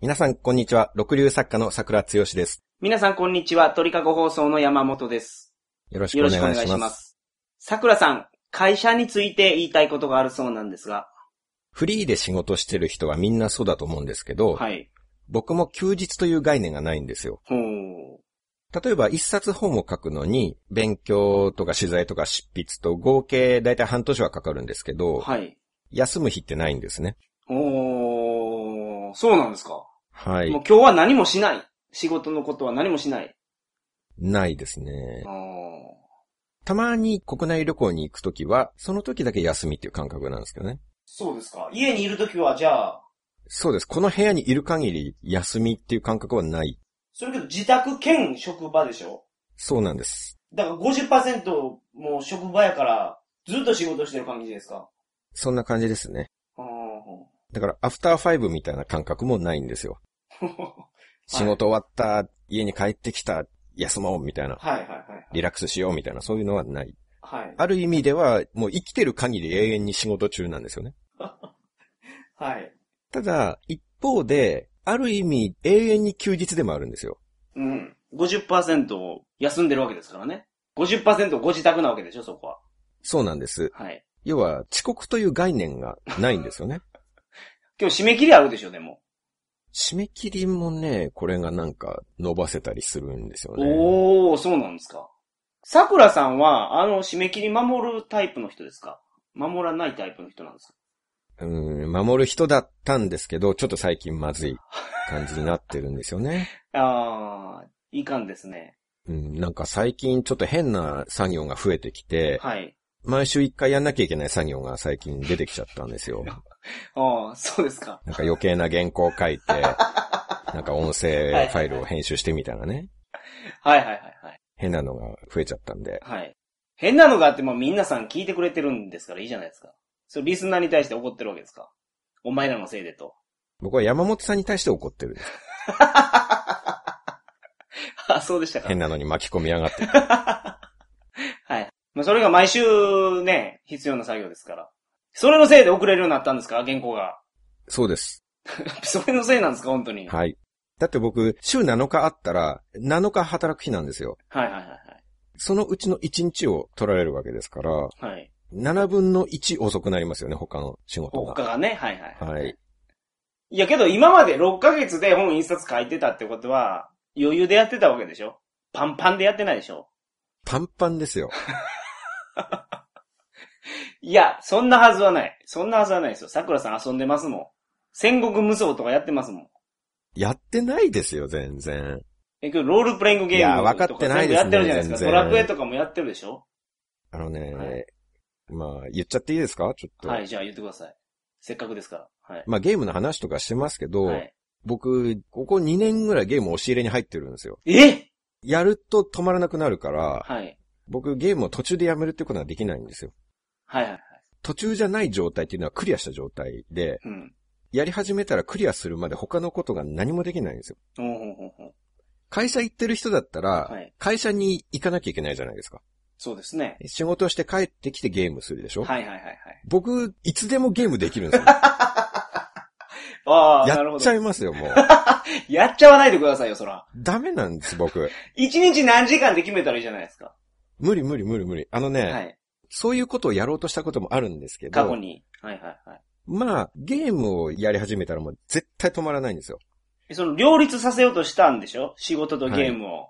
皆さん、こんにちは。六流作家の桜剛です。皆さんこんにちは。鳥かご放送の山本です。よろしくよおろしくお願願いいしします。ます。桜さん、会社について言いたいことがあるそうなんですが。フリーで仕事してる人はみんなそうだと思うんですけど、はい。僕も休日という概念がないんですよ。ほう。例えば一冊本を書くのに、勉強とか取材とか執筆と合計だいたい半年はかかるんですけど、はい。休む日ってないんですね。おー、そうなんですか。はもうい。今日は何もしない。仕事のことは何もしない。ないですねあ。ーたまに国内旅行に行くときは、その時だけ休みっていう感覚なんですけどね。そうですか。家にいるときはじゃあ、そうです。この部屋にいる限り休みっていう感覚はない。それけど自宅兼職場でしょそうなんです。だから50%もう職場やから、ずっと仕事してる感じですか。そんな感じですね。あーだから、アフターファイブみたいな感覚もないんですよ。 仕事終わった、家に帰ってきた、休もうみたいな、はいはいはい。リラックスしようみたいな、そういうのはない。はい。ある意味では、もう生きてる限り永遠に仕事中なんですよね。はい。ただ、一方で、ある意味、永遠に休日でもあるんですよ。うん。50%休んでるわけですからね。50%ご自宅なわけでしょ、そこは。そうなんです。はい。要は、遅刻という概念がないんですよね。今日締め切りあるでしょ、でも。締め切りもね、これがなんか伸ばせたりするんですよね。おー、そうなんですか。桜さんは、あの、締め切り守るタイプの人ですか守らないタイプの人なんですかうん、守る人だったんですけど、ちょっと最近まずい感じになってるんですよね。あー、いかんですね。うん、なんか最近ちょっと変な作業が増えてきて、はい。毎週一回やんなきゃいけない作業が最近出てきちゃったん ですよ。あー、そうですか。なんか余計な原稿 書いて、なんか音声ファイルを編集してみたいなね。はいはいはいはい。変なのが増えちゃったんで。はい。変なのがあっても皆さん聞いてくれてるんですからいいじゃないですか。それリスナーに対して怒ってるわけですかお前らのせいでと。僕は山本さんに対して怒ってる。あ、そうでしたか。変なのに巻き込みやが って。 はい。まあ、それが毎週ね、必要な作業ですから。それのせいで遅れるようになったんですか原稿が。 そうです。それのせいなんですか本当に。はい、はい。だって僕、週7日あったら、7日働く日なんですよ。はい、はいはいそのうちの1日を取られるわけですから、はい。はい。 7分の1遅くなりますよね、他の仕事他が。がね、はいはい。はい。いやけど今まで6ヶ月で本一冊書いてたってことは、余裕でやってたわけでしょパンパンでやってないでしょパンパンですよ。いや、そんなはずはない。そんなはずはないですよ。桜さん遊んでますもん。戦国無双とかやってますもん。やってないですよ、全然。え、けどロールプレイングゲームいや分かとっかてない全部ですやっねてるじゃないですか。全ド然ラクエとかもやってるでしょあのね、はいまあ、言っちゃっていいですかちょっと。はい、じゃあ言ってください。せっかくですから。はい。まあ、ゲームの話とかしてますけど、はい、僕、ここ2年ぐらいゲーム押し入れに入ってるんですよ。えやると止まらなくなるから、はい。僕ゲームを途中でやめるってことはできないんですよ。はいはいはい。途中じゃない状態っていうのはクリアした状態で、うん。やり始めたらクリアするまで他のことが何もできないんですよ。ほうほうほうほう。会社行ってる人だったら、はい会社に行かなきゃいけないじゃないですか。そうですね。仕事をして帰ってきてゲームするでしょ、はいはいはいはい。僕、いつでもゲームできるん ですよ。ああ、なるやほっちゃいど。ますよ、 もう。やっちゃわないでくださいよ、そら。ダメなんです、僕。一日何時間で決めたらいいじゃないですか。無理無理無理無理。あのね、はい。そういうことをやろうとしたこともあるんですけ過去ど、に。はいはいはい。まあ、ゲームをやり始めたらもう絶対止まらないんですよ。えその、両立させようとしたんでしょ仕事とゲームを。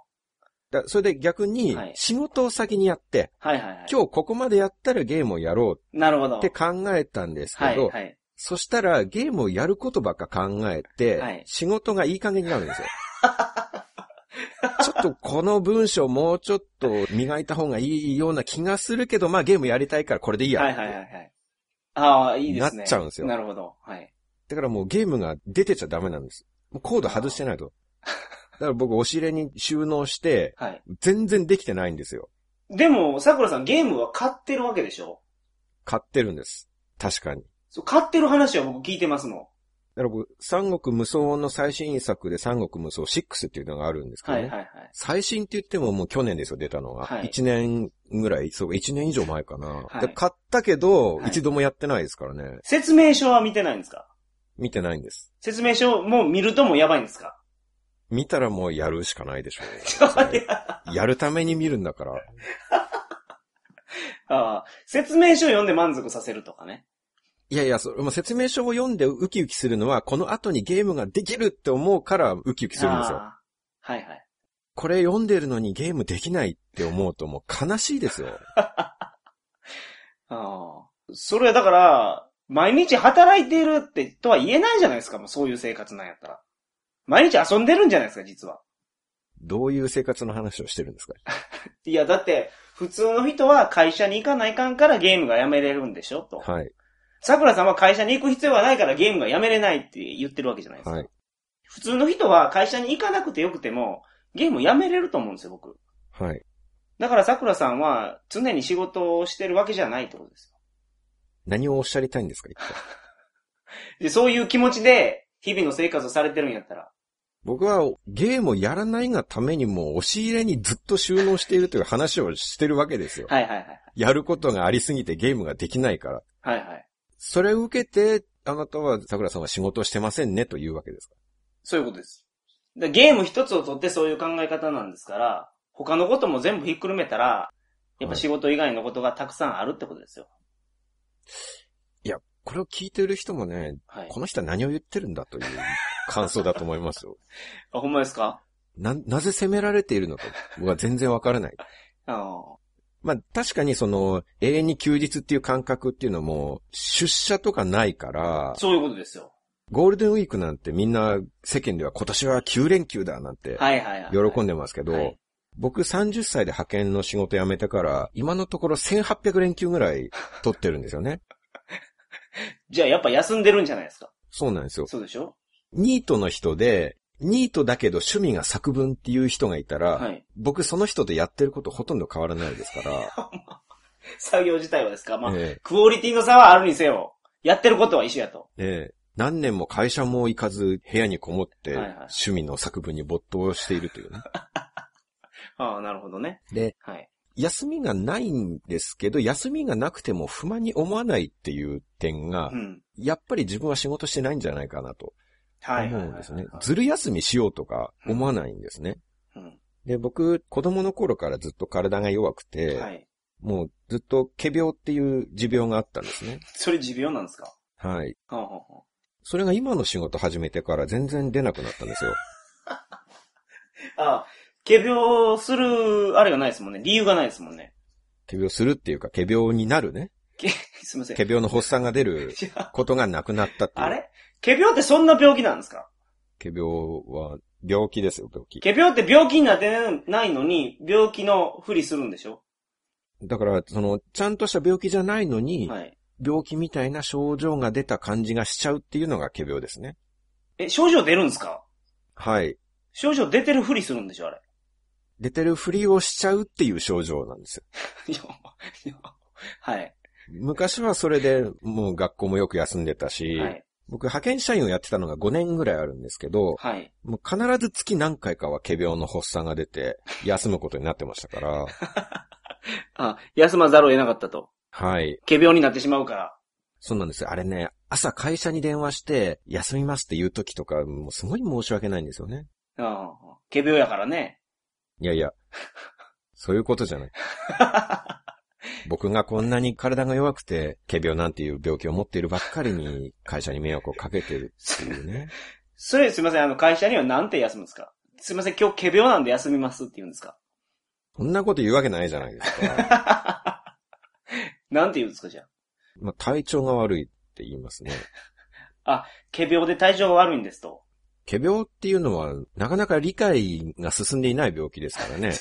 だそれで逆にはい、仕事を先にやって、はい、はい、はいはい今日ここまでやったらゲームをやろうなるほど。って考えたんですけはいど、はい。そしたらゲームをやることばっか考えて、はい仕事がいい加減になるん ですよ。ちょっとこの文章もうちょっと磨いた方がいいような気がするけど、まあゲームやりたいからこれでいいや。はいはいはいはい。ああ、いいですね。なっちゃうんですよなるほど。はい。だからもうゲームが出てちゃダメなんです。もうコード外してないと。だから僕、押し入れに収納して、はい。全然できてないんですよ。でも、桜さんゲームは買ってるわけでしょ買ってるんです。確かに。そう、買ってる話は僕聞いてますもん。だから僕、三国無双の最新作で三国無双6っていうのがあるんですけどはね。いはいはい。最新って言ってももう去年ですよ、出たのが。はい1年ぐらい、そう、1年以上前かな。はいで買ったけど、はい一度もやってないですからね。説明書は見てないんですか見てないんです。説明書も見るともうやばいんですか見たらもうやるしかないでしょ いやう。やるために見るんだから。ああ、説明書読んで満足させるとかね。いやいや、それもう説明書を読んでウキウキするのは、この後にゲームができるって思うからウキウキするんですよ。ああはいはい。これ読んでるのにゲームできないって思うともう悲しいですよ。ああ。それはだから、毎日働いているってとは言えないじゃないですか、もうそういう生活なんやったら。毎日遊んでるんじゃないですか、実は。どういう生活の話をしてるんですかいや、だって、普通の人は会社に行かないかんからゲームがやめれるんでしょ、と。はい。桜さんは会社に行く必要はないからゲームがやめれないって言ってるわけじゃないですか。はい。普通の人は会社に行かなくてよくても、ゲームやめれると思うんですよ、僕。はい。だから桜さんは常に仕事をしてるわけじゃないってことです何をおっしゃりたいんですか一体よ。で、そういう気持ちで日々の生活をされてるんやったら。僕はゲームをやらないがためにもう押し入れにずっと収納しているという話をしてるわけですよ。はいはいはい。やることがありすぎてゲームができないから。はいはい。それを受けて、あなたは、桜さんは仕事をしてませんねというわけですか。そういうことです。でゲーム一つをとってそういう考え方なんですから、他のことも全部ひっくるめたら、やっぱ仕事以外のことがたくさんあるってことですよ。いや、これを聞いてる人もね、はい。この人は何を言ってるんだという感想だと思いますよ。 あ、ほんまですかな、なぜ責められているのか、僕は全然わからない。ああ。まあ、確かにその、永遠に休日っていう感覚っていうのも、出社とかないから、そういうことですよ。ゴールデンウィークなんてみんな世間では今年は9連休だなんてはいはいはい。喜んででますけど、はい僕30歳で派遣の仕事辞めてから、今のところ1800連休ぐらい取ってるんですよね。じゃあやっぱ休んでるんじゃないですか。そうなんですよ。そうでしょニートの人で、ニートだけど趣味が作文っていう人がいたら、はい。僕その人とやってることほとんど変わらないですから、作業自体はですか まあ、えクオリティの差はあるにせよ。やってることは一緒やと。えええ何年も会社も行かず部屋にこもってはいはい趣味の作文に没頭しているというね。 ああ、なるほどね。で、はい。休みがないんですけど、休みがなくても不満に思わないっていう点がう、ん。やっぱり自分は仕事してないんじゃないかなとは思いはい、はい。うんですね。ずる休みしようとか思わないんですね。うん。で、僕、子供の頃からずっと体が弱くて、はい。もうずっと毛病っていう持病があったんですね。それ持病なんですかはい。ほうほうほそれが今の仕事始めてから全然出なくなったんですよ。うああ、仮病する、あれがないですもんね。理由がないですもんね。毛病するっていうか、毛病になるね。けすみません。毛病の発作が出るいやことがなくなったっていう。あれ仮病ってそんな病気なんですか毛病は病気ですよ、病気。仮病って病気になってないのに、病気のふりするんでしょだから、その、ちゃんとした病気じゃないのに、はい。病気みたいな症状が出た感じがしちゃうっていうのが毛病ですね。え、症状出るんですかはい。症状出てるふりするんでしょあれ。出てるふりをしちゃうっていう症状なんですよ。 いやいやはい。昔はそれで、もう学校もよく休んでたし、はい。僕派遣社員をやってたのが5年ぐらいあるんですけど、はい。もう必ず月何回かは毛病の発作が出て、休むことになってましたから、あ、休まざるを得なかったと。はい。仮病になってしまうから。そうなんですよ。あれね、朝会社に電話して、休みますって言う時とか、もうすごい申し訳ないんですよね。ああ、仮病やから ね。いやいや、そういうことじゃない。僕がこんなに体が弱くて、毛病なんていう病気を持っているばっかりに、会社に迷惑をかけてるっていうね。それすいません、あの会社にはなんて休むんですかすいません、今日仮病なんで休みますって言うんですか そんなこと言うわけないじゃないですか。なんて言うんですかじゃあ。まあ、体調が悪いって言いますね。仮病で体調が悪いんですと。毛病っていうのは、なかなか理解が進んでいない病気ですからね。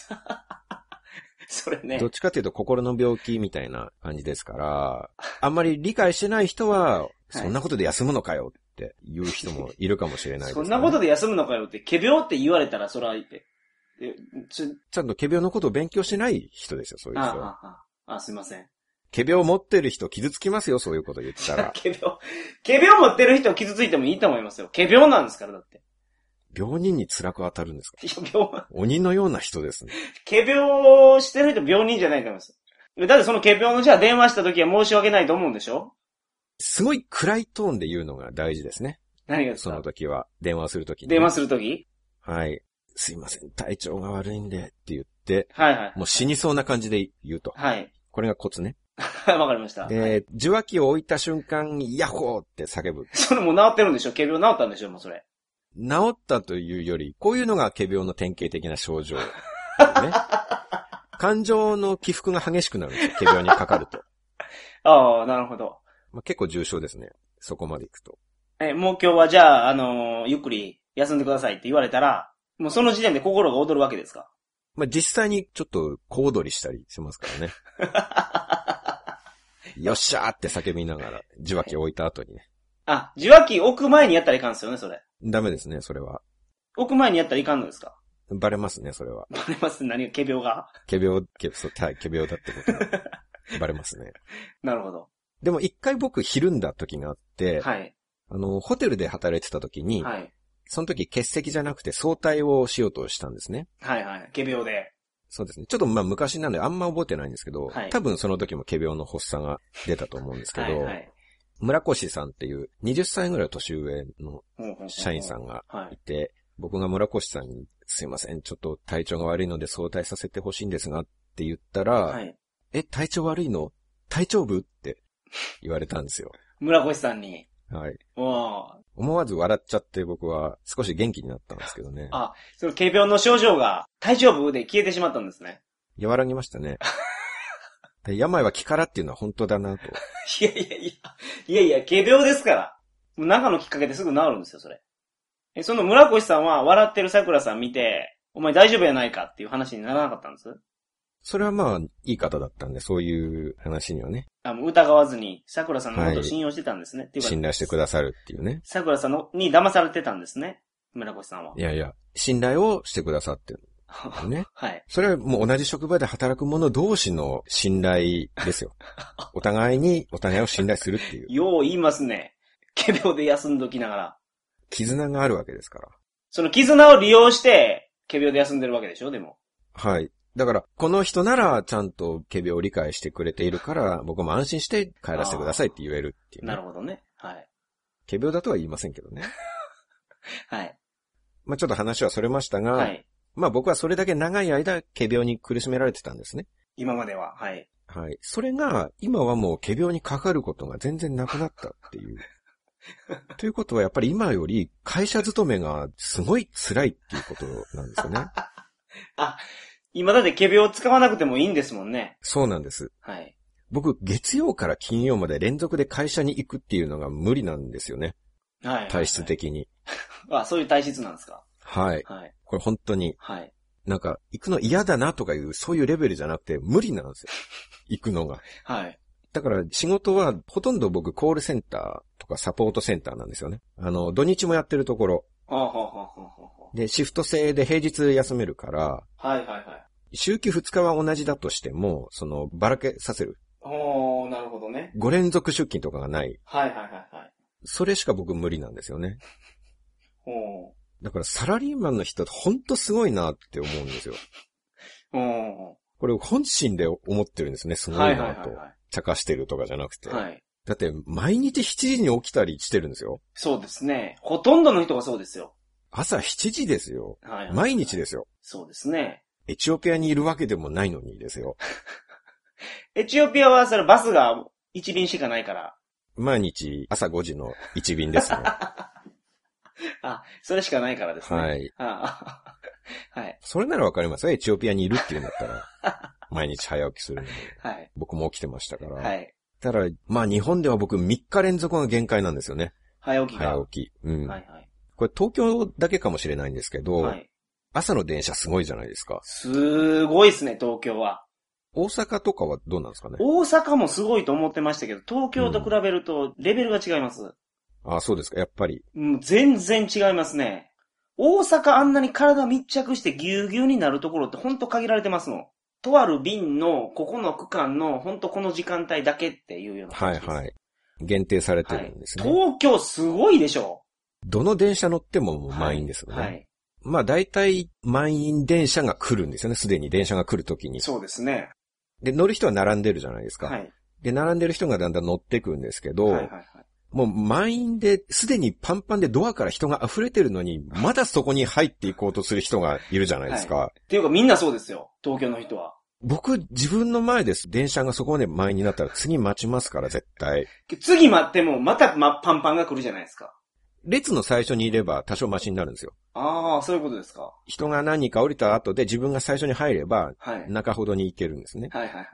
それねどっ。ちかというと心の病気みたいな感じです から、あんまり理解してない人は、そんなことで休むのかよって言う人もいるかもしれないですかそらんね、なことで休むのかよって、仮病って言われたら、それは、え、えちょ、ちゃんと毛病のことを勉強してない人ですよ、そういうああ人は。ああ、ああ、すいません。。毛病持ってる人傷つきますよ、そういうこと言ったら 仮病、仮病持ってる人傷ついてもいいと思いますよ。仮病なんですから、だって。 病人に辛く当たるんですかいや、病、鬼のような人ですね。仮病してる人病人じゃないと思います。だってその仮病のじゃあ電話した時は申し訳ないと思うんでしょすごい暗いトーンで言うのが大事ですね。何がですそかの時は、電話する時に、電話するときはい。すいません、体調が悪いんでって言って、はいはい。もう死にそうな感じで言うと。はい。 これがコツね。わかりました。で、受話器を置いた瞬間、ヤッホーって叫ぶ。それもう治ってるんでしょ軽病治ったんでしょもうそれ。治ったというより、こういうのが仮病の典型的な症状、ね。感情の起伏が激しくなるんですよ。仮病にかかると。ああ、なるほど。まあ、結構重症ですね。そこまで行くと。え、もう今日はじゃあ、あのーゆっくり休んでくださいって言われたら、もうその時点で心が躍るわけですかまあ、実際にちょっと小躍りしたりしますからね。よっしゃーって叫びながら、受話器を置いた後にね。あ、受話器置く前にやったらいかんですよね、それ。ダメですね、それは。置く前にやったらいかんのですかバレますね、それは。バレます何が、軽病が。仮病、けそう、た仮病だってことがバレますね。なるほど。でも一回僕ひるんだ時があって、はい。あの、ホテルで働いてた時に、はい。その時欠席じゃなくて早退をしようとしたんですね。はいはい。軽病で。そうですね。ちょっとまあ昔なんであんま覚えてないんですけど、はい多分その時も仮病の発作が出たと思うんですけはど、いはい。村越さんっていう20歳ぐらい年上の社員さん。んがはいい。て、僕が村越さんにすいません、ちょっと体調が悪いので早退させてほしいんですがって言ったら、はい。え、体調悪いの体調部って言われたんですよ。村越さんに。はい。おー思わず笑っちゃって僕は少し元気になったんですけどね。あその軽病の症状が、体調部で消えてしまったんですね。 和らぎましたね。で病は気からっていうのは本当だなと。いやいやいや、いやいや、仮病ですから。もう中のきっかけですぐ治るんですよ、それ。え、その村越さんは笑ってる桜さん見て、お前大丈夫やないかっていう話にならなかったんですそれはまあ、いい方だったんで、そういう話にはね、あもう疑わずに桜さんのことはをい信用してたんですね。っていうか信頼してくださるっていうね。桜さんのに騙されてたんですね。村越さんは。いやいや、信頼をしてくださってるんだよね。 はい。それはもう同じ職場で働く者同士の信頼ですよ。お互いに、お互いを信頼するっていう、よう 言いますね。仮病で休んどきながら。絆があるわけですから。その絆を利用して、仮病で休んでるわけでしょ、でも。はい。だから、この人ならちゃんと仮病を理解してくれているから、僕も安心して帰らせてくださいって言えるっていう、ね。なるほどね。はい。仮病だとは言いませんけどね。はい。まあちょっと話はそれましたが、はい。まあ僕はそれだけ長い間、仮病に苦しめられてたんですね。今までは。はい。はい。それが、今はもう仮病にかかることが全然なくなったって いう。ということは、やっぱり今より会社勤めがすごい辛いっていうことなんですよ ね。今だって仮病を使わなくてもいいんですもんね。そうなんです。はい。僕、月曜から金曜まで連続で会社に行くっていうのが無理なんですよね。はい。体質。的に。あ、そういう体質なんですか。はい。はい。これ本当に、はい。なんか、行くの嫌だなとかいう、そういうレベルじゃなくて、無理なんです よ。行くのが。はい。だから仕事はほとんど僕コールセンターとかサポートセンターなんですよね。あの、土日もやってるところ。ほうほうほうほうほうほで、シフト制で平日休めるから、う。はいはいはい。週休2日は同じだとしても、その、ばらけさせる。おー、なるほどね。 5連続出勤とかがない。はいはいはいはい。それしか僕無理なんですよね。おー。だからサラリーマンの人ってほんとすごいなって思うんですよ。おこれ本心で思ってるんですね。すー。ごはいいはいなはいと。は茶化してるとかじゃなくて。い。はい。だって毎日7時に起きたりしてるんですよ。そうですね。ほとんどの人がそうですよ。朝7時ですよ。はい、はい。毎日ですよ。そうですね。エチオピアにいるわけでもないのにですよ。エチオピアはそれバスが一便しかないから。毎日朝5時の一便です ね。あ、それしかないからですね。。はいい。あ はい。それならわかりますよ。エチオピアにいるっていうんだったら。毎日早起きするので。はい。僕も起きてましたから。はい。ただ、まあ日本では僕3日連続が限界なんですよね。早起きが。早起き。うん。はいはい。これ東京だけかもしれないんですけど、はい。朝の電車すごいじゃないですか。すごいですね、東京は。大阪とかはどうなんですかね。大阪もすごいと思ってましたけど、東京と比べるとレベルが違います。あそうですか。やっぱり。もう全然違いますね。大阪あんなに体密着してぎゅうぎゅうになるところってほんと限られてますの。とある便のここの区間のほんとこの時間帯だけっていうようなは感いじです。はいい。限定されてるんですね。東京すごいでしょどの電車乗ってももう満員ですよね。はい。はいまあ大体満員電車が来るんですよね。すでに電車が来るときに。そうですね。で、乗る人は並んでるじゃないですか。はい。で、並んでる人がだんだん乗ってくんですけど、はいはいはい。もう満員で、すでにパンパンでドアから人が溢れてるのに、まだそこに入っていこうとする人がいるじゃないですか。っていうかみんなそうですよ。東京の人は。僕、自分の前です。電車がそこまで前になったら次待ちますから、絶対。次待っても、また、ま、パンパンが来るじゃないですか。列の最初にいれば多少マシになるんですよ。ああ、そういうことですか。人が何人か降りた後で自分が最初に入れば、はい。はい中ほどに行けるんですね。はいはい。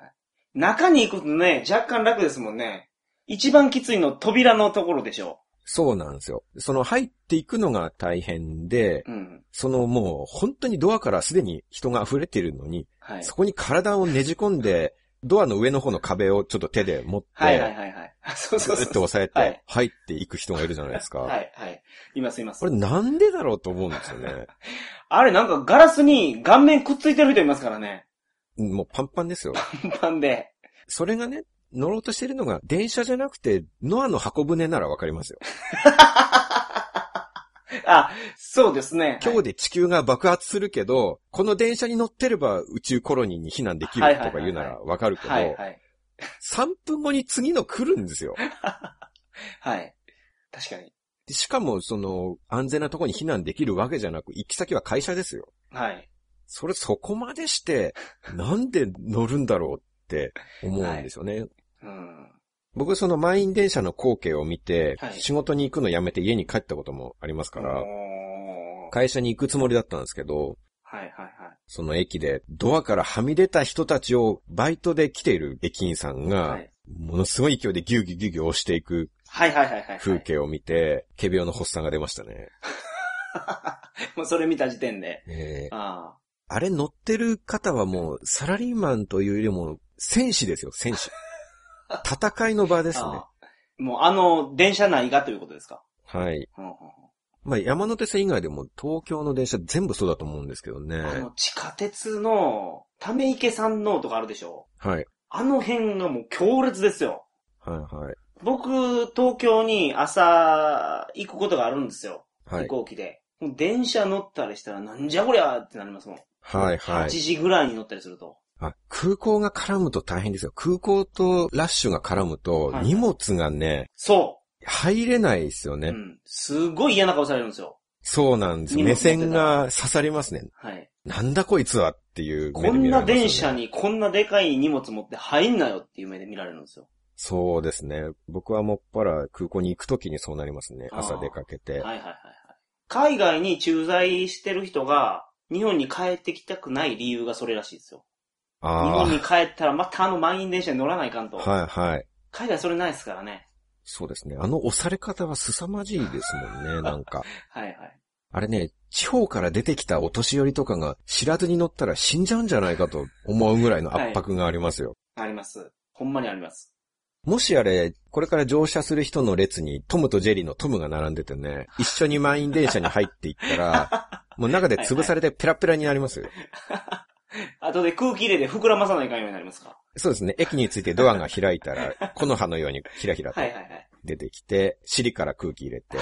中に行くとね、若干楽ですもんね。一番きついの扉のところでしょそうなんですよ。その入っていくのが大変で、う。うん。そのもう本当にドアからすでに人が溢れてるのに、はい。そこに体をねじ込んで、ドアの上の方の壁をちょっと手で持って、はいはいはいはい。 そうずそうっそう。と押さえはてい入っていく人がいるじゃないですか。はいはい。いますいますこれ。なんでだろうと思うんですよね。あれなんかガラスに顔面くっついてる人いますからね。 もうパンパンですよ。パンパンで。それがね、乗ろうとしてるのが電車じゃなくて、ノアの箱舟ならわかりますよ。あ、そうですね。今日で地球が爆発するけど、この電車に乗ってれば宇宙コロニーに避難できるとか言うならわかるけど、はいはい。 3分後に次の来るんですよ。はい。確かに。でしかも、その、安全なとこに避難できるわけじゃなく、行き先は会社ですよ。はい。それそこまでして、なんで乗るんだろうって思うんですよね。うん。僕、その満員電車の光景を見て、はい仕事に行くのやめて家に帰ったこともありますから、おー会社に行くつもりだったんですけど、はいはいはい。その駅でドアからはみ出た人たちをバイトで来ている駅員さんはが、いものすごい勢いでギュウギュウギュウギュウ押していくはいはいはいはい。風。景を見て、仮病の発作が出ましたね。 もうそれ見た時点で。えーああれ乗ってる方はもうサラリーマンというよりも戦士ですよ、戦 士。戦いの場あ。ですねあ。あもうあの、電車内がということですか。はい。うんうんうんまあ山手線以外でも東京の電車全部そうだと思うんですけどね。あの、地下鉄の、ため池山王とかあるでしょはい。あの辺がもう強烈ですよ。はいはい。僕、東京に朝、行くことがあるんですよ。は飛い。行機で。もう電車乗ったりしたら、なんじゃこりゃーってなりますもん。はい8はい。時ぐらいに乗ったりすると。あ空港が絡むと大変ですよ。空港とラッシュが絡むとはい荷物がね、そ入れないですよう。ね。うん。すごい嫌な顔されるんですよ。そうなんです。荷物目線が刺さりますね。はい。なんなんだこいつはっていう目こで見んられなますよね電車にこんなでかい荷物持って入んなよっていう目で見られるんですよ。そうですね。僕はもっぱら空港に行くときにそうなりますね。あー朝出かけて。はいはいはいはい。海外に駐在してる人が、日本に帰ってきたくない理由がそれらしいですよ。日あ本に帰ったらまたあの満員電車に乗らないかんあ。と。はいはい。海外それないですからね。そうですね。あの押され方は凄まじいですもんね、 なんか。はいはい。あれね、地方から出てきたお年寄りとかが知らずに乗ったら死んじゃうんじゃないかと思うぐらいの圧迫がありますよ。あります。ほんまにあります。もしあれ、これから乗車する人の列にトムとジェリーのトムが並んでて ね、一緒に満員電車に入っていったら、もう中で潰されてペラペラになりますよ。あとで空気入れで膨らまさないかんようになりますか。そうですね。駅についてドアが開いたら、木の葉のようにひらひらとはいはいはい。出てきて、尻から空気入れて。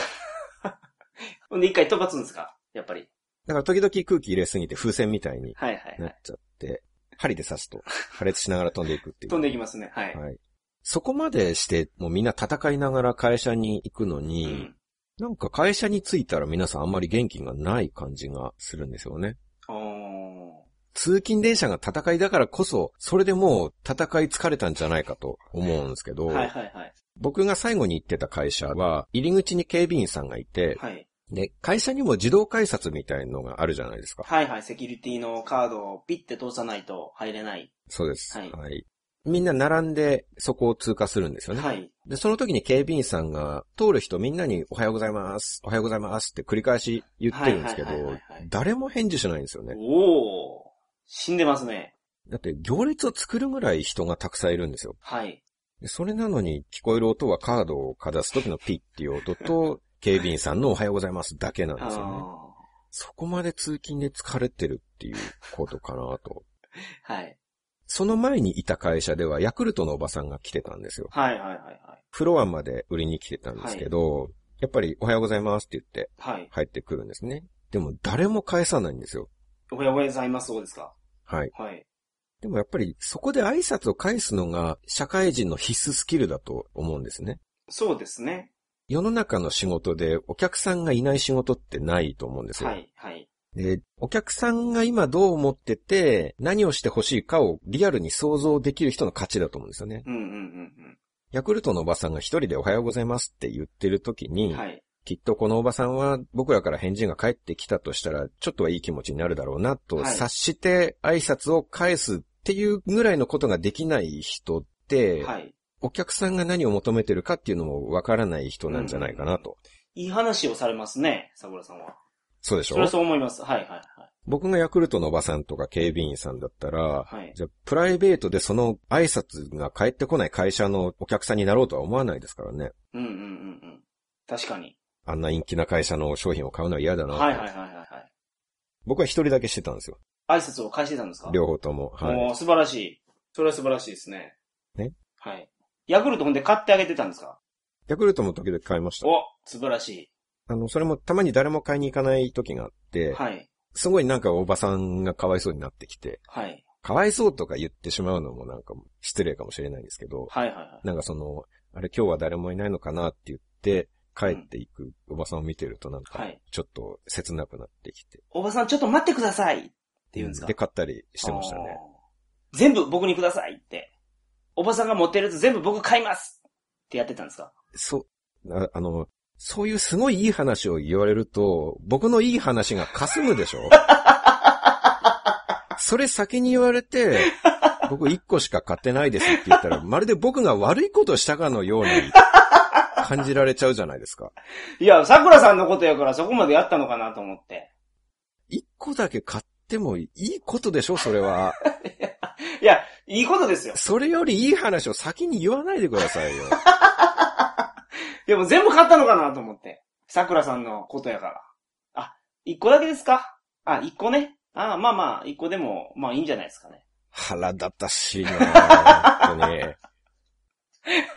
ほんで一回飛ばすんですかやっぱり。だから時々空気入れすぎて風船みたいにはいはいはないっ。ちゃって、針で刺すと破裂しながら飛んでいくっていう。飛んでいきますね。はい。はい。そこまでして、もうみんな戦いながら会社に行くのうに、ん。なんか会社に着いたら皆さんあんまり元気がない感じがするんですよね。お通勤電車が戦いだからこそ、それでもう戦い疲れたんじゃないかと思うんですけど、ー。はいはいはい。僕が最後に行ってた会社は、入り口に警備員さんがいて、はい。で、会社にも自動改札みたいのがあるじゃないですか。はいはい。セキュリティのカードをピッて通さないと入れない。そうです。はいみんな並んでそこを通過するんですよね。はい。で、その時に警備員さんが通る人みんなにおはようございます、おはようございますって繰り返し言ってるんですけどはいはいはいはいはい、誰も返事しないんですよね。おお死んでますね。だって行列を作るぐらい人がたくさんいるんですよ。はい。でそれなのに聞こえる音はカードをかざす時のピッっていう音と、警備員さんのおはようございますだけなんあですよね。あそこまで通勤で疲れてるっていうことかなと。ー。はい。その前にいた会社ではヤクルトのおばさんが来てたんですよ。はいはいはいはい。フロアまで売りに来てたんですけど、やっぱりおはようございますって言ってはい。入ってくるんですね。でも誰も返さないんですよ。おはようございます。そうですか。はい。はい。でもやっぱりそこで挨拶を返すのが社会人の必須スキルだと思うんですね。そうですね。世の中の仕事でお客さんがいない仕事ってないと思うんですよ。はい、はい。で、お客さんが今どう思ってて、何をしてほしいかをリアルに想像できる人の勝ちだと思うんですよね。うん、うん、うんヤクルトのおばさんが一人でおはようございますって言ってる時うに、ん。はい。きっとこのおばさんは僕らから返事が返ってきたとしたら、ちょっとはいい気持ちになるだろうなとはい察して挨拶を返すっていうぐらいのことができない人って、はい。お客さんが何を求めてるかっていうのもわからない人なんじゃないかなと。いい話をされますね、桜さんは。そうでしそれはょそう思います。はい、はい、はい。僕がヤクルトのおばさんとか警備員さんだったら、はい。じゃあ、プライベートでその挨拶が返ってこない会社のお客さんになろうとは思わないですからね。うん、うん、うん、うん。確かに。あんな陰気な会社の商品を買うのは嫌だな。はい、はい、はい、はい。僕は一人だけしてたんですよ。はい。挨拶を返してたんですか両方とも。はい。もう素晴らしい。それは素晴らしいですね。ねはい。ヤクルトほんで買ってあげてたんですかヤクルトも時々買いました。お素晴らしあの、それもたまに誰も買いに行かない時があっい。て、はい。すごいなんかおばさんがかわいそうになってきて、はい。かわいそうとか言ってしまうのもなんか失礼かもしれないんですけど、はいはいはい。なんかその、あれ今日は誰もいないのかなって言って、帰っていくおばさんを見てるとなんはかい、ちょっと切なくなってきて。おばさんちょっと待ってくださいって言うんですかで、買ったりしてましたね。あー全部僕にくださいって。おばさんが持ってるやつ全部僕買いますってやってたんですかそう、ああの、そういうすごいいい話を言われると、僕のいい話が霞むで しょそれ先に言われて、僕1個しか買ってないですって言ったら、まるで僕が悪いことしたかのように感じられちゃうじゃないですか。いや、桜さんのことやからそこまでやったのかなと思って。 1個だけ買ってもいいことでしょそれは。いや、いいことですよ。それよりいい話を先に言わないでくださ いよ。でも全部買ったのかなと思って。桜さんのことやから。あ、一個だけですかあ、一個ね。あまあまあ、一個でも、まあいいんじゃないですかね。腹立たしいなぁ本当に。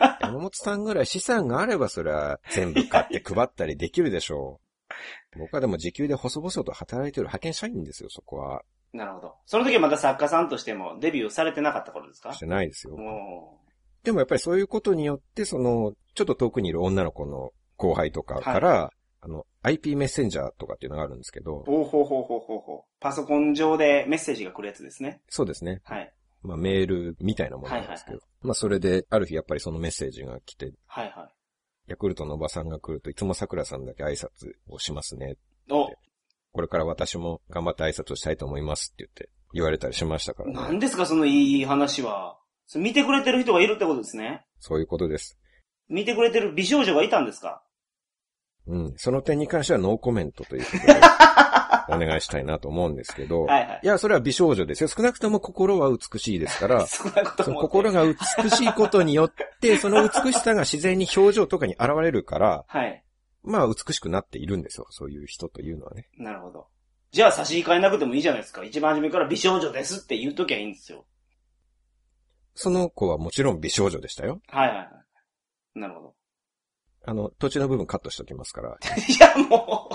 山本さんぐらい資産があればそりゃ全部買って配ったりできるでしょ う。僕はでも時給で細々と働いてる派遣社員ですよ、そこは。なるほど。その時はまた作家さんとしてもデビューされてなかった頃ですかしてないですよ。もでもやっぱりそういうことによって、その、ちょっと遠くにいる女の子の後輩とかから、あの、IP メッセンジャーとかっていうのがあるんですけどう、、ほうほうほうほうほうほう。パソコン上でメッセージが来るやつですね。そうですね。はい。まあメールみたいなものなんですけど、はまあそれで、ある日やっぱりそのメッセージが来て、はいはヤクルトのおばさんが来るといつも桜さんだけ挨拶をしますね。い。お、これから私も頑張って挨拶をしたいと思いますって言って言われたりしましたからね。何ですかそのいい話は。それ見てくれてる人がいるってことですね。そういうことです。見てくれてる美少女がいたんですかうん。その点に関してはノーコメントという ことで、お願いしたいなと思うんですけど、、はいいはい。や、それは美少女ですよ。少なくとも心は美しいですから、少なくと そのも。心が。が美しいことによ って、その美しさが自然に表情とかに現れるから、はい。まあ美しくなっているんですよ。そういう人というのはね。なるほど。じゃあ差し控えなくてもいいじゃないですか。一番初めから美少女ですって言うときゃいいんですよ。その子はもちろん美少女でしたよ。はいはいはい。なるほど。 あの、土地の部分カットしておきますから、いやも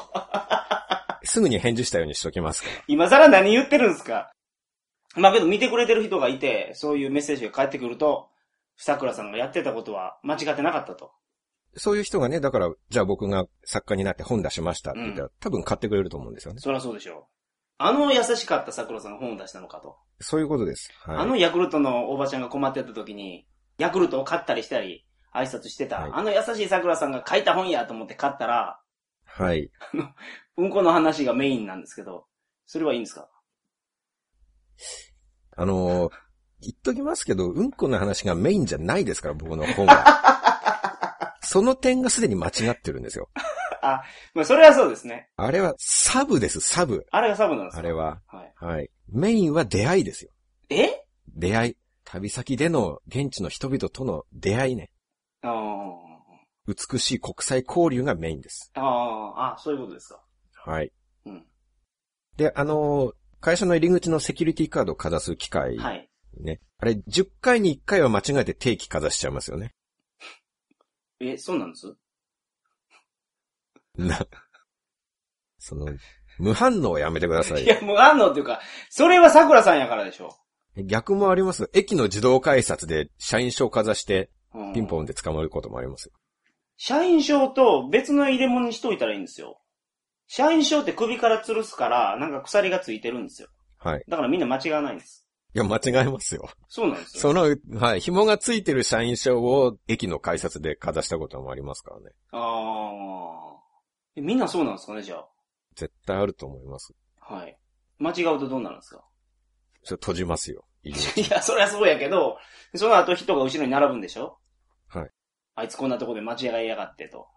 う、すぐに返事したようにしときますから。 今更何言ってるんですか。まあけど見てくれてる人がいて、そういうメッセージが返ってくると、桜さんがやってたことは間違ってなかったと。そういう人がね、だから、じゃあ僕が作家になって本出しましたって言ったら、多分買ってくれると思うんですよね。そりゃそうでしょう。あの優しかった桜さんが本を出したのかと。そういうことです。はい。あのヤクルトのおばちゃんが困ってた時に、ヤクルトを買ったりしたり、挨拶してた、はいあの優しい桜さんが書いた本やと思って買ったら、はい。うんこの話がメインなんですけど、それはいいんですかあのー言っときますけど、うんこの話がメインじゃないですから、僕の本は。 その点がすでに間違ってるんですよ。まあ、それはそうですね。あれはサブです、サブ。あれがサブなんですかあれ。は。はい。はい。メインは出会いですよ。え出会い。旅先での現地の人々との出会いね。あー美しい国際交流がメインです。あー、あ、そういうことですか。はい。うん。で、あの、会社の入り口のセキュリティカードをかざす機械、はい。ね。あれ、10回に1回は間違えて定期かざしちゃいますよね。え、そうなんですな、 その、無反応はやめてくださいい。や、もうあんのっていうか、それは桜さんやからでしょ。逆もあります。駅の自動改札で社員証かざして、うんピンポンで捕まることもあります。社員証と別の入れ物にしといたらいいんですよ。社員証って首から吊るすから、なんか鎖がついてるんですよ。はい。だからみんな間違わないんです。いや、間違えますよ。そうなんですよ。その、はい、紐がついてる社員証を駅の改札でかざしたこともありますからね。あーえみんなそうなんですかね、じゃ絶対あると思います。あ。はい。間違うとどうなるんですかそれ閉じますよ。入り口 いや、そりゃそうやけど、その後人が後ろに並ぶんでしょはい。あいつこんなとこで間違いやがってと。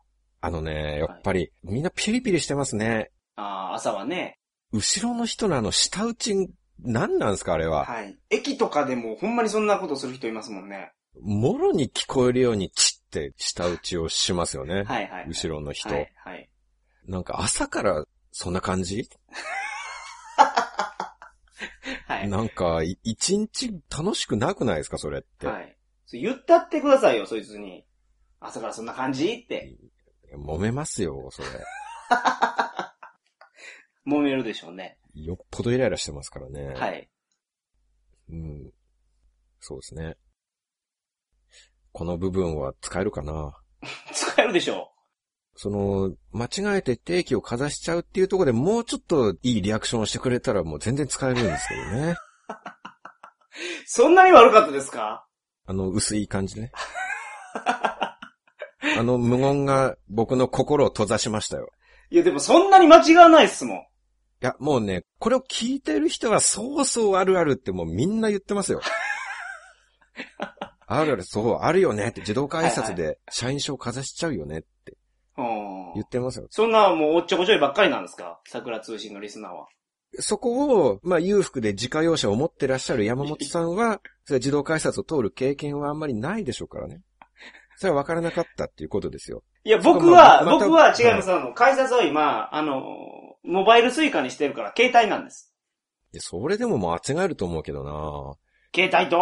あのね、やっぱり、みんなピリピリしてますね。ああ、朝はね。後ろの人のあの、下打ち、何なんですか、あれは。はい。駅とかでもほんまにそんなことする人いますもんね。もろに聞こえるように、チッて下打ちをしますよね。はいはい。後ろの人。はいはい。なんか朝から、そんな感じ、はい。なんか、い一日楽しくなくないですか、それって。はい。そう言ったってくださいよ、そいつに。朝からそんな感じって。揉めますよ、それ。揉めるでしょうね。よっぽどイライラしてますからね。はい。うん。そうですね。この部分は使えるかな使えるでしょその、間違えて定期をかざしちゃうっていうところでもうちょっといいリアクションをしてくれたらもう全然使えるんですけどね。う。そんなに悪かったですかあの、薄い感じね。あの無言が僕の心を閉ざしましたよ。いや、でもそんなに間違わないっすもん。いや、もうね、これを聞いてる人はそうそうあるあるってもうみんな言ってますよ。あるある、そう、あるよねって自動化挨拶で社員証かざしちゃうよねってう言んっ。てますよ。そんなもうおっちょこちょいばっかりなんですか桜通信のリスナーは。そこを、まあ、裕福で自家用車を持ってらっしゃる山本さんは、それは自動改札を通る経験はあんまりないでしょうからね。それは分からなかったっていうことですよ。いや、僕そは、こままた僕は違います。あの、改札は今、あの、モバイルスイカにしてるから、携帯なんです。いや、それでも間違えると思うけど携帯と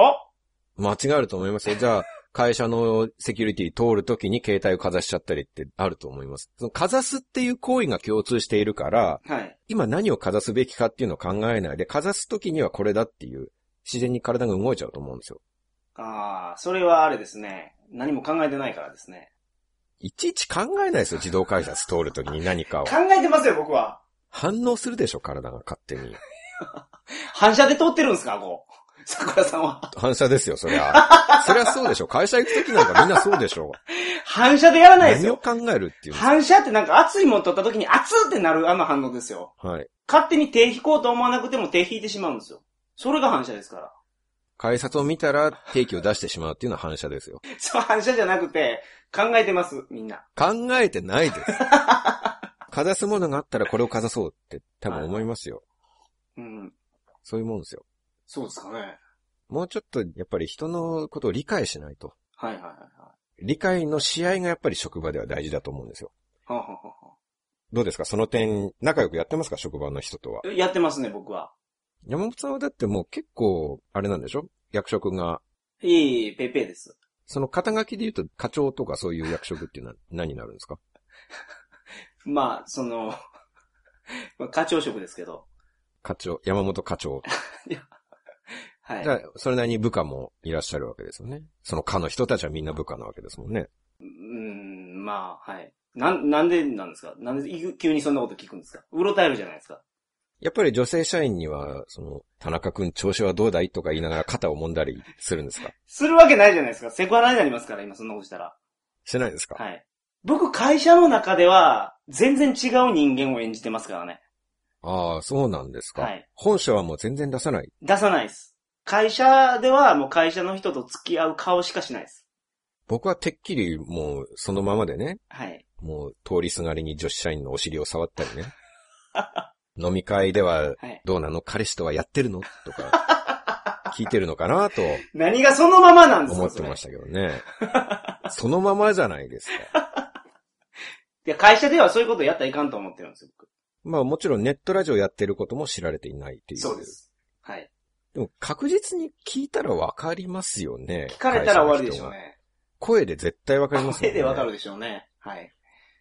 な間違えると思いますよ。じゃあ、会社のセキュリティ通るときに携帯をかざしちゃったりってあると思います。そのかざすっていう行為が共通しているから、はい。今何をかざすべきかっていうのを考えないで、かざすときにはこれだっていう、自然に体が動いちゃうと思うんですよ。ああ、それはあれですね。何も考えてないからですね。いちいち考えないですよ、自動改札通るときに何かを。考えてますよ、僕は。反応するでしょ、体が勝手に。反射で通ってるんですか、こう。 桜さんは。反射ですよ、そりゃ。 そりゃそうでしょ。会社行くときなんかみんなそうでしょ。反射でやらないです何をよ。考えるっていう。反射ってなんか熱いもん取った時に熱ってなるあの反応ですよ。はい。勝手に手引こうと思わなくても手引いてしまうんですよ。それが反射ですから。 改札を見たら定期を出してしまうっていうのは反射ですよ。そう、反射じゃなくて、考えてます、みんな。考えてないです。かざすものがあったらこれをかざそうって多分思いますよ。うん。そういうもんですよ。そうですかね。もうちょっとやっぱり人のことを理解しないと。はいはいはいはい。理解の試合がやっぱり職場では大事だと思うんですよ。はあはあはあはどうですかその点、仲良くやってますか職場の人とは。あやってますね、僕は。山本さんはだってもう結構、あれなんでしょ役職が、いえいえ、ペイペイです。その肩書きで言うと課長とかそういう役職っていうのは何になるんですかまあ、その、 まあ課長職ですけど。課長、山本課長。はいじゃ。あ、それなりに部下もいらっしゃるわけですよね。その課の人たちはみんな部下なわけですもんね。うーん、まあ、はい。なん、なんでなんですかなんでい急にそんなこと聞くんですかうろたえるじゃないですか。やっぱり女性社員には、その、田中くん調子はどうだいとか言いながら肩を揉んだりするんですかするわけないじゃないですか。セクハラになりますから、今そんなことしたら。してないですか、はい。僕、会社の中では、全然違う人間を演じてますからね。ああ、そうなんですか。はい本社はもう全然出さない。出さないです。会社では、もう会社の人と付き合う顔しかしないです。僕はてっきりもうそのままでね、はい。もう通りすがりに女子社員のお尻を触った りね。飲み会では、はい。どうなの彼氏とはやってるのとか、 聞いてるのかなと何がそのままなんですか思ってましそれたけどね。そのままじゃないですか。いや、会社ではそういうことやったらいかんと思ってるんですよ、僕。まあもちろんネットラジオやってることも知られていないっていう。そうで。す。はい。でも確実に聞いたらわかりますよね。聞かれたら終わりで会し社ょのう人は。ね。声で絶対わかりますよ声ね。でわかるでしょうね。はい。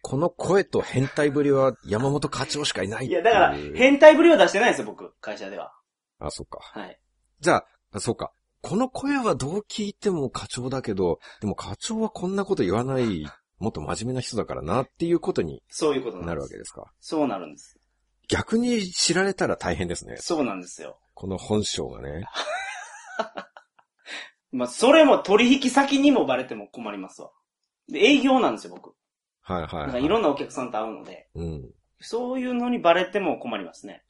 この声と変態ぶりは山本課長しかいないっいていう。や、だから、変態ぶりは出してないですよ、僕。会社では。あ、そうか。はい。じゃああ、そうか。この声はどう聞いても課長だけど、でも課長はこんなこと言わないもっと真面目な人だからなっていうことにそういうことなんです。なるわけですか。そうなるんです。逆に知られたら大変ですね。そうなんですよ。この本性がね。まあ、それも取引先にもバレても困りますわ。で、営業なんですよ、僕。はいはい、なんはかい。いろんなお客さんと会うので、うん。そういうのにバレても困りますね。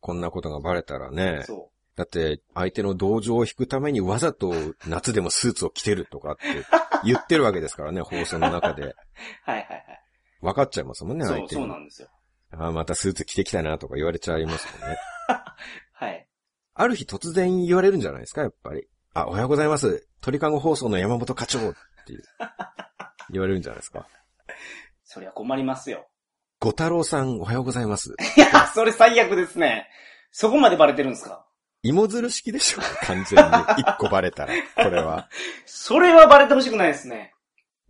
こんなことがバレたらね。そだって、相手の同情を引くためにわざと夏でもスーツを着てるとかって言ってるわけです からね、放送の中で。う。はいはいはい。分かっちゃいますもんね、そう相、手そうにな。んですよ。ああ、またスーツ着てきたなとか言われちゃいますもんね。はい。ある日突然言われるんじゃないですか、やっぱり。あ、おはようございます。鳥かご放送の山本課長っていう。言われるんじゃないですか。そりゃ困りますよ。ご太郎さん、おはようございます。いや、それ最悪ですね。そこまでバレてるんですか芋づる式でしょ完全に。一個バレたら、これは。それはバレてほしくないですね。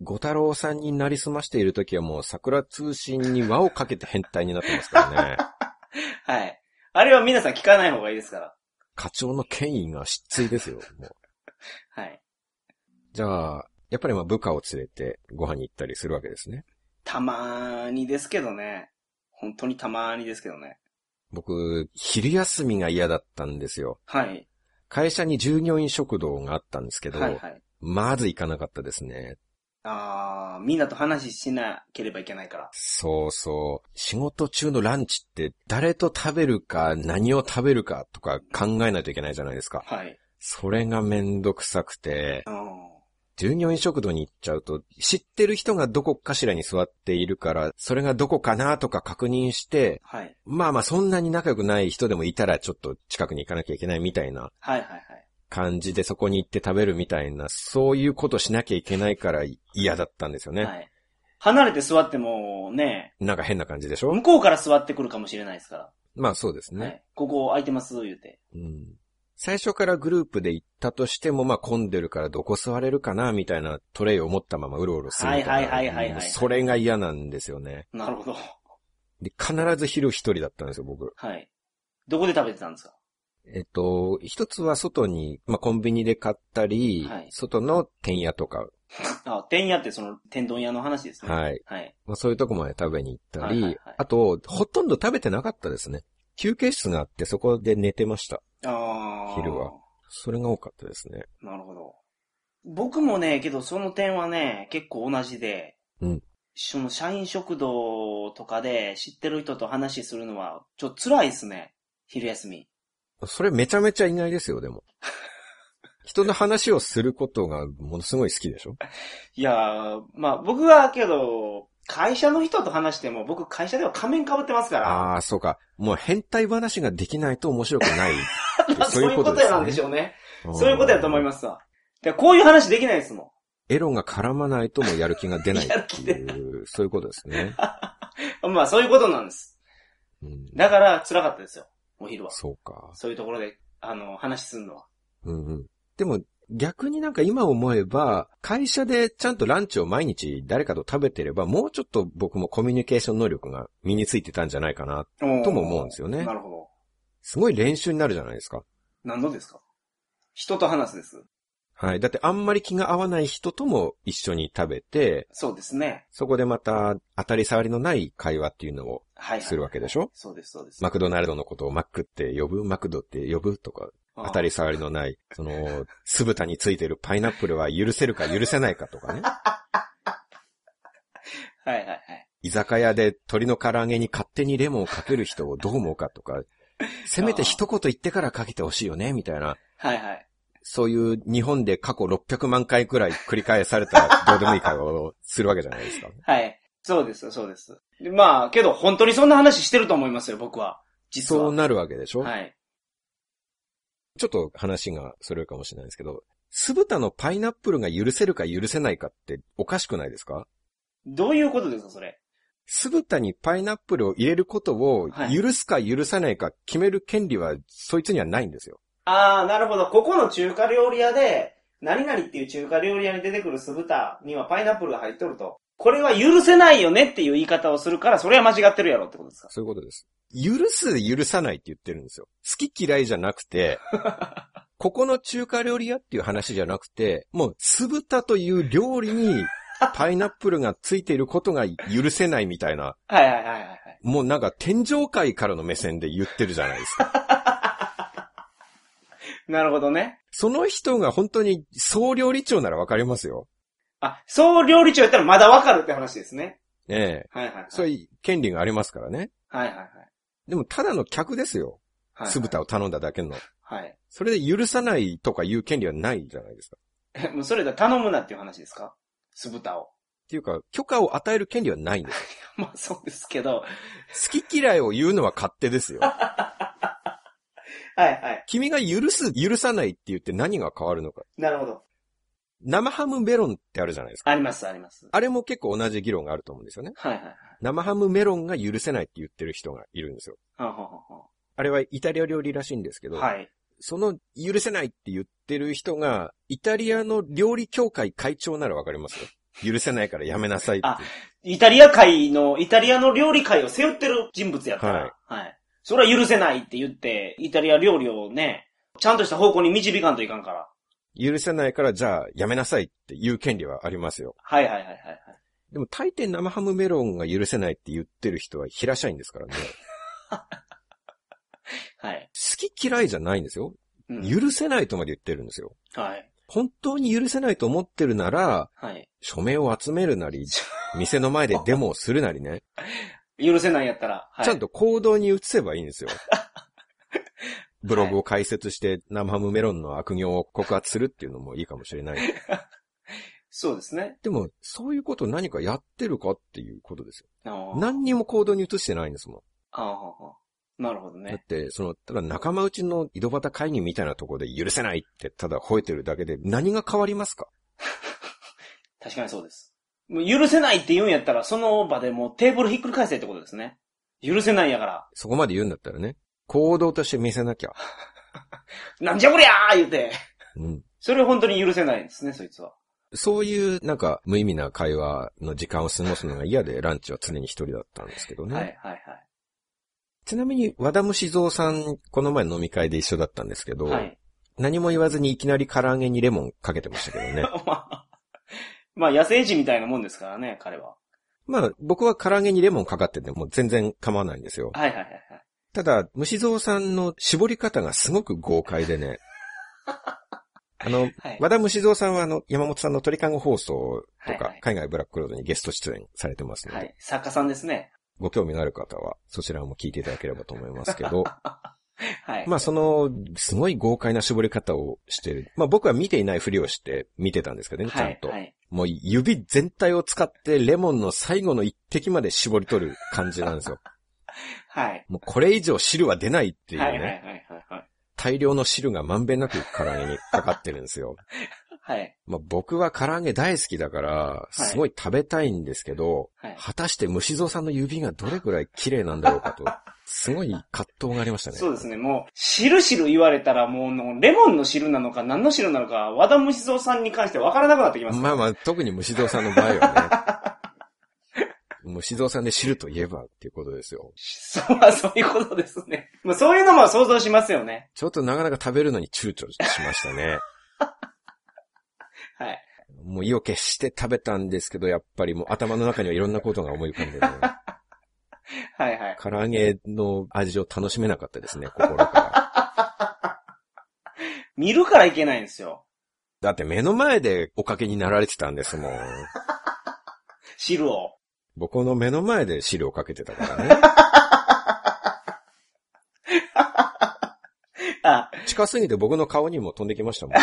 ご太郎さんになりすましているときはもう桜通信に輪をかけて変態になってますからね。はい。あれは皆さん聞かない方がいいですから。課長の権威が失墜ですよ、もう。はい。じゃあ、やっぱりまあ部下を連れてご飯に行ったりするわけですね。たまーにですけどね。本当にたまーにですけどね。僕、昼休みが嫌だったんですよ。はい。会社に従業員食堂があったんですけど、はいはい。まず行かなかったですね。あー、みんなと話ししなければいけないから。そうそう。仕事中のランチって誰と食べるか何を食べるかとか考えないといけないじゃないですか。はい。それがめんどくさくて、あー従業員食堂に行っちゃうと、知ってる人がどこかしらに座っているから、それがどこかなとか確認して、はい。まあまあそんなに仲良くない人でもいたらちょっと近くに行かなきゃいけないみたいなはいはいはい。感じでそこに行って食べるみたいな、そういうことしなきゃいけないから嫌だったんですよね。はい。離れて座ってもね、なんか変な感じでしょ向こうから座ってくるかもしれないですから。まあそうですね、はい。ここ空いてます、言うて。うん。最初からグループで行ったとしても、まあ混んでるからどこ座れるかなみたいなトレイを持ったままうろうろするみたいな。はいはいはいはいはいうんそれが嫌なんですよね。なるほど。で、必ず昼一人だったんですよ、僕。はい。どこで食べてたんですかえっと、一つは外に、まあ、コンビニで買ったり、はい外の天屋とか、あ、天屋ってその天丼屋の話ですね。い。はい。はい。まあ、そういうとこまで食べに行ったり、はいはいはいあと、ほとんど食べてなかったですね。休憩室があって、そこで寝てました。あー昼は。それが多かったですね。なるほど。僕もね、けどその点はね、結構同じで、うんその社員食堂とかで知ってる人と話するのは、ちょっと辛いですね。昼休み。それめちゃめちゃいないですよ、でも。 人の話をすることがものすごい好きでしょいやー、まあ僕はけど、会社の人と話しても、僕会社では仮面被ってますから、ああ、そうか。もう変態話ができないと面白くない。まあそう そういいううここでととすねやなんでしょうね。うんそういうことやと思いますわ。でこういう話できないですもん。エロが絡まないともやる気が出ないって やるいう、そういうことですね。まあそういうことなんです。うん、だから辛かったですよ。お昼は。そうか。そういうところで、あの、話すんのは。うんうん。でも、逆になんか今思えば、会社でちゃんとランチを毎日誰かと食べてれば、もうちょっと僕もコミュニケーション能力が身についてたんじゃないかな。ととも思うんですよねなるほど。すごい練習になるじゃないですか。何度ですか人と話すです。はい。だってあんまり気が合わない人とも一緒に食べて、そうですね。そこでまた当たり障りのない会話っていうのをはい、はい。するわけでしょそうです、そうです。マクドナルドのことをマックって呼ぶマクドって呼ぶとか、当たり障りのない、その、酢豚についてるパイナップルは許せるか許せないかとかね。あー。はい、はい、はい。居酒屋で鶏の唐揚げに勝手にレモンをかける人をどう思うかと か、せめて一言言ってからかけてほしいよね、みたいな。はい、はい。そういう日本で過去600万回くらい繰り返されたどうでもいい会話をするわけじゃないですか。はい。そうです、そうです。でまあ、けど、本当にそんな話してると思いますよ、僕は。実は。そうなるわけでしょ、はい。ちょっと話がそれるかもしれないですけど、酢豚のパイナップルが許せるか許せないかっておかしくないですかどういうことですか、それ。酢豚にパイナップルを入れることをはい許すか許さないか決める権利はそいつにはないんですよ。ああ、なるほど。ここの中華料理屋で、何々っていう中華料理屋に出てくる酢豚にはパイナップルが入っとると。これは許せないよねっていう言い方をするから、それは間違ってるやろってことですかそういうことです。許す、許さないって言ってるんですよ。好き嫌いじゃなく て、ここの中華料理屋っていう話じゃなくて、もう酢豚という料理にパイナップルがついていることが許せないみたいな、はいはいはいはい。もうなんか天上界からの目線で言ってるじゃないですか。なるほどね。その人が本当に総料理長ならわかりますよ。あ、総料理長やったらまだわかるって話ですね。ええ。はいはいはい。そういう権利がありますからね。はいはいはい。でもただの客ですよ。はい。酢豚を頼んだだけの。はい。それで許さないとかいう権利はないじゃないですか。っえもうそれだ頼むなっていう話ですか酢豚を。 ていうか、許可を与える権利はないんですよ。まあそうですけど。好き嫌いを言うのは勝手 ですよ。はいはい。君が許す、許さないって言って何が変わるのか。なるほど。生ハムメロンってあるじゃないですか。ありますあります。あれも結構同じ議論があると思うんですよね。はいはいはい。生ハムメロンが許せないって言ってる人がいるんですよ。はんはんはんはあれはイタリア料理らしいんですけど、んはい。その許せないって言ってる人が、イタリアの料理協会会長ならわかります よ。許せないからやめなさいって。あイタリア界の、イタリアの料理界を背負ってる人物やったら、はいはい。それは許せないって言って、イタリア料理をね、ちゃんとした方向に導かんといかんから。許せないからじゃあやめなさいっていう権利はありますよ。はいはいはいはいはい。でも大抵生ハムメロンが許せないって言ってる人は平社員ですからね。はい。好き嫌いじゃないんですよ。うん許せないとまで言ってるんですよ。はい。本当に許せないと思ってるなら、はい。署名を集めるな り、店の前でデモをするなりね、許せないんやったら。はい、ちゃん。と行動に移せばいいんです よ。ブログを開設して生ハムメロンの悪行を告発するっていうのもいいかもしれない。 そうですね。でも、そういうことを何かやってるかっていうことですよ。あー何にも行動に移してないんですもあーはーはーなるほどん。だっね。て、その、ただ仲間内の井戸端会議みたいなところで許せないってただ吠えてるだけで何が変わりますか確かにそうです。もう許せないって言うんやったら、その場でもうテーブルひっくり返せってことですね。許せないんやから。そこまで言うんだったらね、行動として見せなきゃ。なんじゃこりゃー言うて。うん。それ本当に許せないんですね、そいつは。そういう、なんか、無意味な会話の時間を過ごすのが嫌で、ランチは常に一人だったんですけどね。はいはいはい。ちなみに、和田虫蔵さん、この前飲み会で一緒だったんですけど、はい。 何も言わずにいきなり唐揚げにレモンかけてましたけどね。 まあ、まあ野生児みたいなもんですからね、彼は。まあ、僕は唐揚げにレモンかかってても全然構わないんですよ。はいはいはいはい。ただ、虫蔵さんの絞り方がすごく豪快で ね。あの、はい和田虫蔵さんはあの、山本さんの鳥かご放送とはいか、はい海外ブラッククロードにゲスト出演されてますので、はい。作家さんですね。ご興味のある方は、そちらも聞いていただければと思いますけ ど、はい。まあその、すごい豪快な絞り方をしてる。まあ僕は見ていないふりをして見てたんですけどね、ちゃんと。はいはい。もう指全体を使ってレモンの最後の一滴まで絞り取る感じなんですよ。はい。もうこれ以上汁は出ないっていうね、はいはいはいはいはい。大量の汁がまんべんなく唐揚げにかかってるんです よ。はい。まあ僕は唐揚げ大好きだから、いすごい食べたいんですけど、はい。果たして虫蔵さんの指がどれくらい綺麗なんだろう かと、すごい葛藤がありましたね。そうですね、もう、汁汁言われたら、もうの、レモンの汁なのか、何の汁なのか、和田虫蔵さんに関して分からなくなってきます。まあまあ、特に虫蔵さんの場合は ね。虫蔵さんで知るといえばっていうことですよ。そう、まあそういうことですね。まあ、そういうのも想像しますよね。ちょっとなかなか食べるのに躊躇しましたね。はい。もう意を決して食べたんですけど、やっぱりもう頭の中にはいろんなことが思い浮かんでね、はいはい。唐揚げの味を楽しめなかった ですね、心から。見るからいけないんですよ。だって目の前でおかけになられてたんですもん。汁を。僕の目の前で汁をかけてた からあ、ね。近すぎて僕の顔にも飛んできましたもん。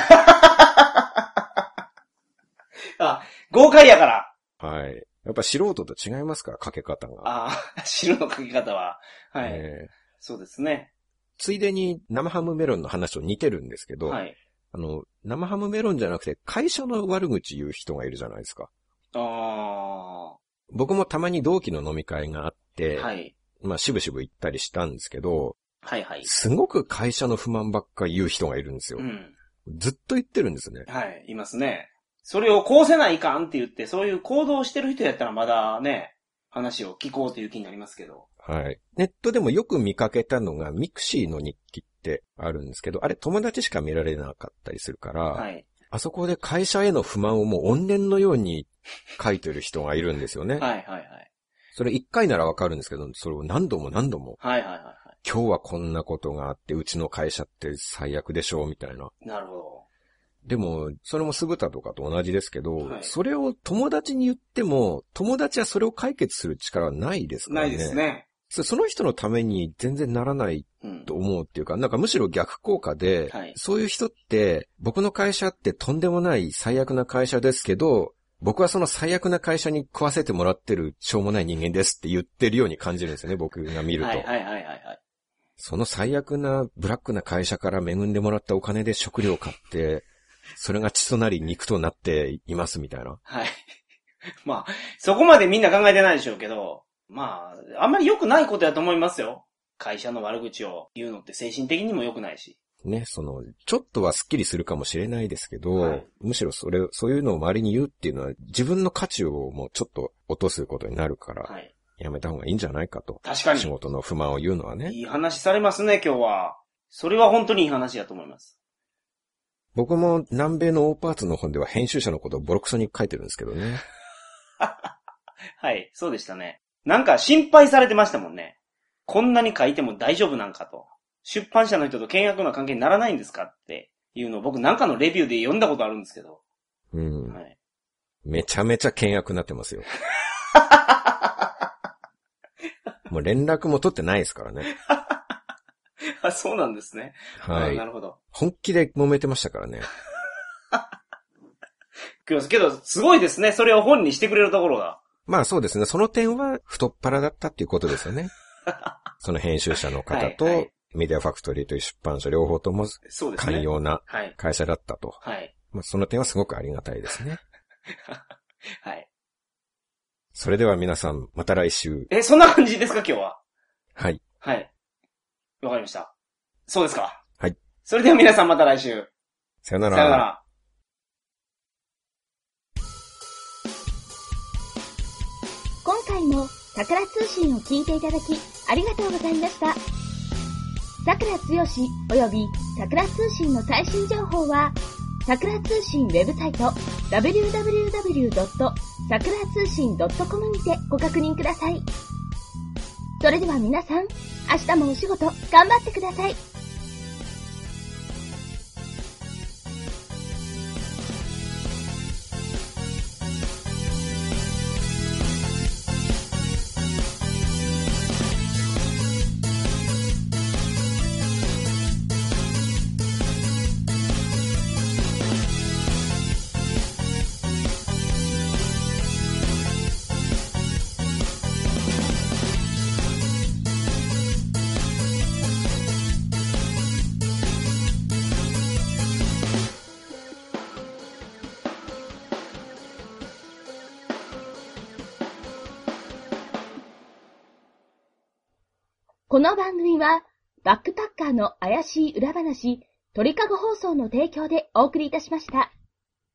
あ、豪快やから。はい。やっぱ素人と違いますから、かけ方が。あ、汁のかけ方は。はい。ええそうですね。ついでに生ハムメロンの話と似てるんですけど、はい。あの、生ハムメロンじゃなくて会社の悪口言う人がいるじゃないですか。あ僕もたまに同期の飲み会があっーて、はい。まあ、しぶしぶ行ったりしたんですけど、はいはい。すごく会社の不満ばっか言う人がいるんですよ。うん。ずっと言ってるんですね。はい、いますね。それをこうせないかんって言って、そういう行動をしてる人やったらまだね、話を聞こうという気になりますけど。はい。ネットでもよく見かけたのが、ミクシーの日記ってあるんですけど、あれ友達しか見られなかったりするから、はい。あそこで会社への不満をもう怨念のように書いてる人がいるんですよね。はいはいはい。それ一回ならわかるんですけど、それを何度も何度も、はいはいはいは今日はこんなことがあって、うちの会社って最悪でしょう、みたいな。い。なるほど。でも、それも酢豚とかと同じですけど、はいそれを友達に言っても、友達はそれを解決する力はないですからなね。いですね。そ。その人のために全然ならないうんと。思うっていうか、なんかむしろ逆効果で、はいそういう人って、僕の会社ってとんでもない最悪な会社ですけど、僕はその最悪な会社に食わせてもらってるしょうもない人間ですって言ってるように感じるんですよね、僕が見ると。はいはいはいはいはい。その最悪なブラックな会社から恵んでもらったお金で食料を買って、それが血となり肉となっていますみたいな。はい。 まあ、そこまでみんな考えてないでしょうけど、まあ、あんまり良くないことだと思いますよ。会社の悪口を言うのって精神的にも良くないし。ね、その、ちょっとはスッキリするかもしれないですけど、はいむしろそれ、そういうのを周りに言うっていうのは自分の価値をもうちょっと落とすことになるから、はい。やめた方がいいんじゃないかと。確か仕に。事の不満を言うのはね。いい話されますね、今日は。それは本当にいい話だと思います。僕も南米のオーパーツの本では編集者のことをボロクソに書いてるんですけどね。はい、そうでしたね。なんか心配されてましたもんね。こんなに書いても大丈夫なんかと。出版社の人と契約の関係にならないんですかっていうのを僕なんかのレビューで読んだことあるんですけど。うん。はい。 めちゃめちゃ険悪になってますよ。もう連絡も取ってないですからね。あ、そうなんですね。は。あないるほど。本気で揉めてましたからね。けど、けど、すごいですね。それを本にしてくれるところが。まあそうですね。その点は太っ腹だったっていうことです よね。その編集者の方はいはとい、メディアファクトリーという出版社両方ともそうですね。寛容なはい。会社だったと。はい。まあその点はすごくありがたいですね。はい。それでは皆さん、また来週。え、そんな感じですか、今日は。はい。はい。わかりました。そうですか。はい。それでは皆さんまた来週。さよなさら。よなら。今回も桜通信を聞いていただきありがとうございました。桜つよし及び桜通信の最新情報は桜通信ウェブサイト www.sakura 通信 .com にてご確認ください。それでは皆さん、明日もお仕事頑張ってください。この番組はバックパッカーの怪しい裏話鳥かご放送の提供でお送りいたしました。